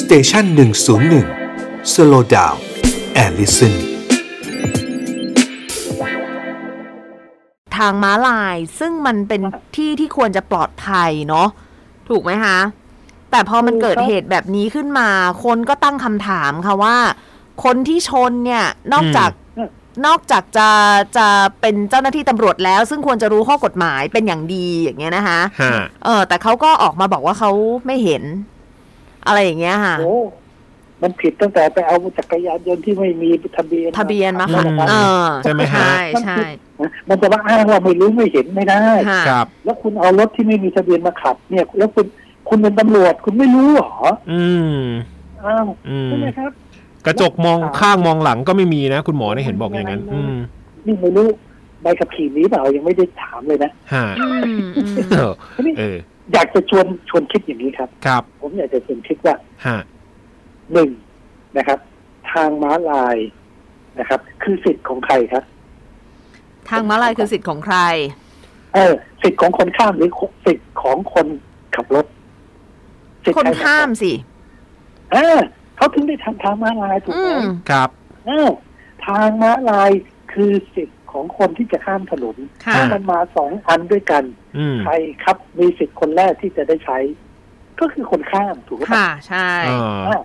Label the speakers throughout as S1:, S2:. S1: สเตชันหนึ่งศูนย์หนึ่งสโลดาวแอลลิสัน
S2: ทางม้าลายซึ่งมันเป็นที่ที่ควรจะปลอดภัยเนาะถูกไหมคะ แต่พอมัน
S3: ถูก
S2: เกิด
S3: ครับ
S2: เหตุแบบนี้ขึ้นมา คนก็ตั้งคำถามค่ะว่า คนที่ชนเนี่ยนอก
S4: อืม
S2: จากนอกจากจะจะเป็นเจ้าหน้าที่ตำรวจแล้ว ซึ่งควรจะรู้ข้อกฎหมายเป็นอย่างดีอย่างเงี้ยนะคะ
S4: ฮะ
S2: เออ แต่เขาก็ออกมาบอกว่าเขาไม่เห็น อะไรอย่างเงี้ยค่ะ
S3: โอ้มันผิดตั้งแต่ไปเอาจักรยานยนต์ที่ไม่มีทะเบียน
S2: ทะเบียนมา
S3: ขั
S2: ค่ะ
S3: บรถนะ
S2: เอ
S3: ครับ
S2: อ
S4: ใช่ไหมฮะ
S2: ใช่ใช่
S3: นะมันจะมาอ้างว่าไม่รู้ไม่เห็นไม่ได้
S2: ค่ะ
S4: ครับ
S3: แล้วคุณเอารถที่ไม่มีทะเบียนมาขับ เนี่ย แล้วคุณคุณเป็นตำรวจคุณไม่รู้เหรอ
S4: อืม
S3: อ้าว
S4: อืม
S3: ใช่ไหมครับ
S4: กระจกมองข้างมองหลังก็ไม่มีนะ คุณหมอเนี่ยเห็นบอกอย่างนั้น อืม
S3: นี่ไม่รู้ใบขับขี่นี้เปล่ายังไม่ได้ถามเลยนะ
S4: ฮะ
S2: อืมอืม
S4: เออ
S3: ทีนี้
S4: เออ
S3: อยากจะชวนชวนคิดอย่างนี้ครับ
S4: ครับ
S3: ผมอยากจะชวนคิดว่า
S4: ฮะ
S3: หนึ่งนะครับ ทางม้าลายนะครับ คือสิทธิ์ของใครครับ
S2: ทางม้าลายคือสิทธิ์ของใคร
S3: เออสิทธิ์ของคนข้ามหรือสิทธิ์ของคนขับรถสิทธิ์
S2: คน
S3: ใรรับ
S2: ข้ามสิ
S3: เออเขาถึงได้ทำทางม้าลายถูก
S2: อื
S3: ไหม
S2: ม
S4: ครับ
S3: เออทางม้าลายคือสิทธิ์ของคนที่จะข้ามถนน
S2: ค่ะ
S3: ถ้ามันมาสองอันด้วยกัน
S4: อืม
S3: ใครครับมีสิทธิ์คนแรกที่จะได้ใช้ ก็คือคนข้ามถูกไหม
S2: ค่ะ ใช่
S4: อ่า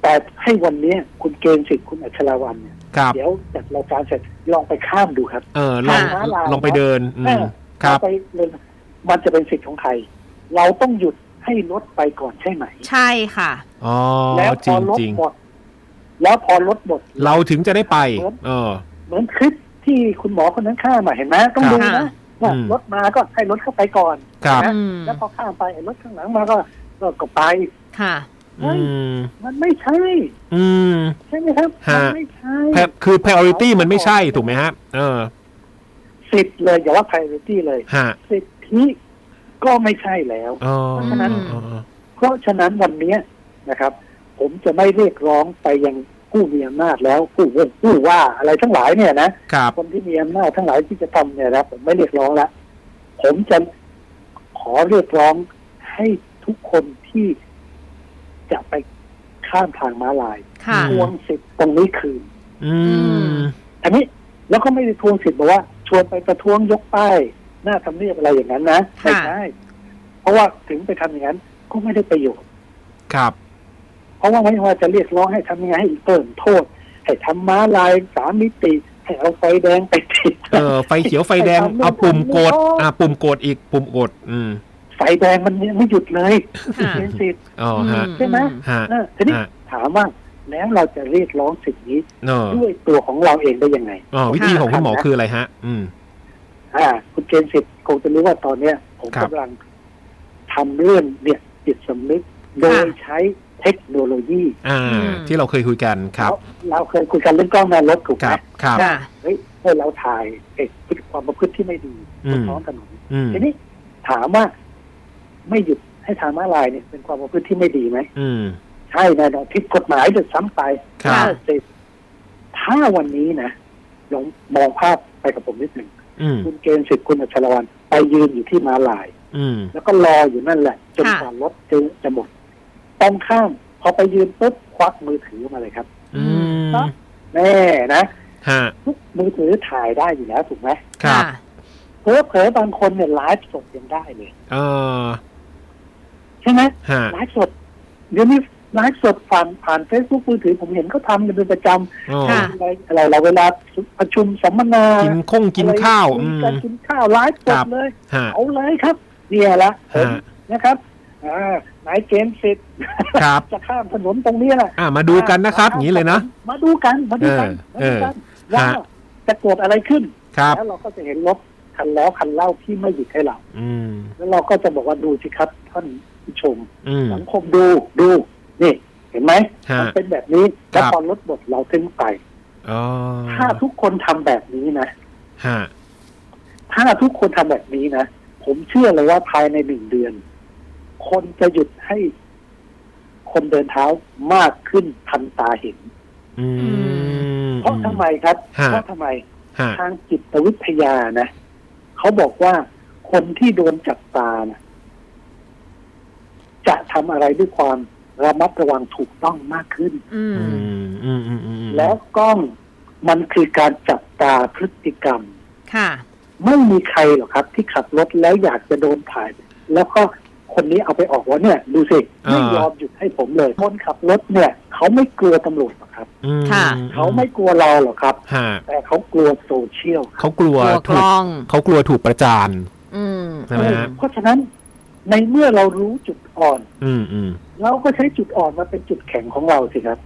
S3: แต่ให้วันเนี้ยคุณเกณฑ์สิทธิ์คุณอัชราวันเนี่ย
S4: ครับ
S3: เดี๋ยวจัดรายการเสร็จลองไปข้ามดูครับ
S4: เออลอง
S3: ทางม้าลาย
S4: ลองไปเดินอืมครับ
S3: ไปเลยมันจะเป็นสิทธิ์ของใคร เราต้องหยุดให้รถไปก่อนใช่ไหม
S2: ใช่ค่ะ
S4: อ๋อ
S3: แล้วพ
S4: จริ
S3: อง รถ
S4: จริง
S3: หมดแล้วพอรถหมด
S4: เราถึงจะได้ไป
S3: ครับ
S4: เออ
S3: เหมือนคลิปที่คุณหมอคนนั้นข้ามอะเห็นไหมต้อง
S4: ครับ
S3: ดูนะว่า
S4: อืม
S3: รถมาก็ให้รถเข้าไปก่อน
S4: ครับ
S2: อืม
S3: แล้วพอข้ามไปไอ้รถข้างหลังมาก็ก็ก็ไป
S2: ค่ะ
S4: อืม
S3: มันไม่ใช่
S4: อืม
S3: ใช่ไหมครับ
S4: ฮะ
S3: มันไม่ใช่
S4: แพคือ priority มันไม่ใช่ถูกไหมฮะ เออ
S3: สิทธิ์เลยอย่าว่า priority เลย
S4: ฮะ
S3: สิทธิก็ไม่ใช่แล้ว
S4: อ๋อ
S3: เพราะฉะนั้น
S4: อ๋ออ๋อ
S3: เพราะฉะนั้นวันเนี้ยนะครับ ผมจะไม่เรียกร้องไปยังผู้มีอำนาจแล้วผู้วงผู้ว่าอะไรทั้งหลายเนี่ยนะครับ คนที่มีอำนาจทั้งหลายที่จะทำเนี่ยนะผมไม่เรียกร้องละผมจะขอเรียกร้องให้ทุกคนที่จะไปข้ามทางม้าลาย
S2: ค่ะ
S3: ท
S4: อืม
S3: วงสิทธิ์ตรงนี้คืน
S4: อืม
S3: อันนี้แล้วก็ไม่ได้ทวงสิทธิ์บอกว่า ชวนไปประท้วงยกป้ายหน้าทำเนียบอะไรอย่างนั้นนะ
S2: ค่ะ
S3: ไม่ใช่เพราะว่าถึงไปทำอย่างนั้น ก็ไม่ได้ประโยชน์
S4: ครับ
S3: เพราะว่าไม่ว่าจะเรียกร้องให้ทำยังไงให้เพิ่มโทษ ให้ทำม้าลายสามมิติ ให้เอาไฟแดงไปติด
S4: เออ ไฟเขียวไฟแดง
S3: ไฟดำ
S4: เอาปุ่มกด
S3: ไม่ต้อง
S4: อ่า ปุ่มกดอีก ปุ่มกด อืม
S3: ไฟแดงมันยังไม่หยุดเลย
S2: ค่ะ
S3: เป็นสิทธิ์
S4: อ๋อฮะ
S3: ใช่ไหม
S4: ฮะ
S3: เออทีนี้
S4: ฮะ
S3: ถามว่าแล้วเราจะเรียกร้องสิทธินี้
S4: เนอะ
S3: ด้วยตัวของเราเองได้ยังไง
S4: อ๋อวิธีของคุณหมอคืออะไรฮะ อืม
S3: อ่า คุณเจนสิทธิ์คงจะรู้ว่าตอนเนี้ย ผม
S4: ครับ
S3: กำลังทำเรื่องเนี่ยจิตสำนึกโดย
S2: ค่ะ
S3: ใช้เทคโนโลยี
S4: อ่า
S2: อืม
S4: ที่เราเคยคุยกัน ครับ
S3: เราเราเคยคุยกันเรื่องกล้องหน้ารถถูก
S4: ค
S3: ไหม
S4: รับ ครับ
S2: ค่ะ
S3: เฮ้ยให้เราถ่ายเอกพฤติความประพฤติที่ไม่ดี
S4: อื
S3: บน
S4: ม
S3: ท้องถนน
S4: อืม
S3: ทีนี้ถามว่าไม่หยุดให้ทางม้าลายเนี่ย เป็นความประพฤติที่ไม่ดีไหม
S4: อืม
S3: ใช่แน่นอนผิดกฎหมายจะซ้ำไป
S4: ครับ
S3: ถ้าเสร็จถ้าวันนี้นะลองมองภาพไปกับผมนิดหนึ่ง
S4: อืม
S3: คุณเกณฑ์สิทธิ์คุณอัชรวันไปยืนอยู่ที่ม้าลาย
S4: อืม
S3: แล้วก็รออยู่นั่นแหละจน
S2: ค่ะ
S3: กว่ารถจะจะหมดตรงข้ามพอไปยืนปุ๊บควักมือถือมาเลยครับ
S4: อืม
S3: แน่นะ
S4: ฮะ
S3: ทุกมือถือถ่ายได้อยู่แล้วถูกไหม
S4: ครับ
S3: เผลอเผลอบางคนเนี่ยไลฟ์สดยังได้เลย
S4: เออ
S3: ใช่ไหม
S4: ฮะ
S3: ไลฟ์สด เดี๋ยวนี้ไลฟ์สดผ่านผ่านเฟซบุ๊กมือถือผมเห็นเขาทำกันเป็นประจ
S4: อ๋อ
S2: ค่ะ
S3: ำอะไรอะไรเราเวลาประชุมสัมมนา
S4: กินข้งกิน
S3: อะไร
S4: ข้าว
S3: คุ
S4: อื
S3: ย
S4: ม
S3: กันกินข้าวไลฟ์ส
S4: ค
S3: ด
S4: รับ
S3: เลย
S4: ฮะ
S3: เอาเลยครับเนี่ยละผม
S4: ฮะ
S3: นะครับอ่านายเจมส์สิทธิ์
S4: ครับ
S3: จะข้ามถนนตรงนี้แหละ
S4: อ่า มาดูกันนะครับ อย่างนี้เลยนะ
S3: มาดูกัน มาดูกัน
S4: เออ
S3: มาดูกัน
S4: เออ
S3: ว่า
S4: ฮะ
S3: จะเกิดอะไรขึ้น
S4: ครับ
S3: แล้วเราก็จะเห็นรถคันแล้วคันเล่าที่ไม่หยุดให้เรา
S4: อืม
S3: แล้วเราก็จะบอกว่าดูสิครับท่านผู้ชม
S4: อืม
S3: สังคมดูดูนี่ เห็นไหม
S4: ฮะ
S3: มัเป็นแบบนี้
S4: ครับ
S3: แล้วพอรถบดเราขึ้นไป
S4: อ๋อ
S3: ถ้าทุกคนทำแบบนี้นะ
S4: ฮะ
S3: ถ้าทุกคนทำแบบนี้นะผมเชื่อเลยว่าภายในหนึ่งเดือน คนจะหยุดให้คนเดินเท้ามากขึ้นทันตาเห็น
S4: อืม
S3: เพราะทำไมครับ
S4: ฮะ
S3: เพราะทำไม
S4: ฮะ
S3: ทางจิตวิทยานะเขาบอกว่าคนที่โดนจับตานะจะทำอะไรด้วยความ ระมัดระวังถูกต้องมากขึ้น
S2: อืม
S4: อืมอืมอืมอืม
S3: แล้วกล้องมันคือการจับตาพฤติกรรม
S2: ค่ะ
S3: ไม่มีใครหรอกครับที่ขับรถแล้วอยากจะโดนถ่าย แล้วก็คนนี้เอาไปออกว่าเนี่ย ดูสิไม่ยอมหยุดให้ผมเลยคนขับรถเนี่ย เขาไม่กลัวตำรวจหรอกครับ
S4: อืม
S2: ค่ะ
S3: เขาไม่กลัวเราหรอกครับ
S4: ฮะ
S3: แต่เขากลัวโซเชียลครับ
S4: เขากลัว
S2: ตัวก
S4: ถูก
S2: ล้อง
S4: เขากลัวถูกประจาน
S2: อืม
S4: ใช่ไหมฮะ
S3: เพราะฉะนั้นในเมื่อเรารู้จุดอ่อน
S4: อืมอืม
S3: เราก็ใช้จุดอ่อนมาเป็นจุดแข็งของเราสิครับ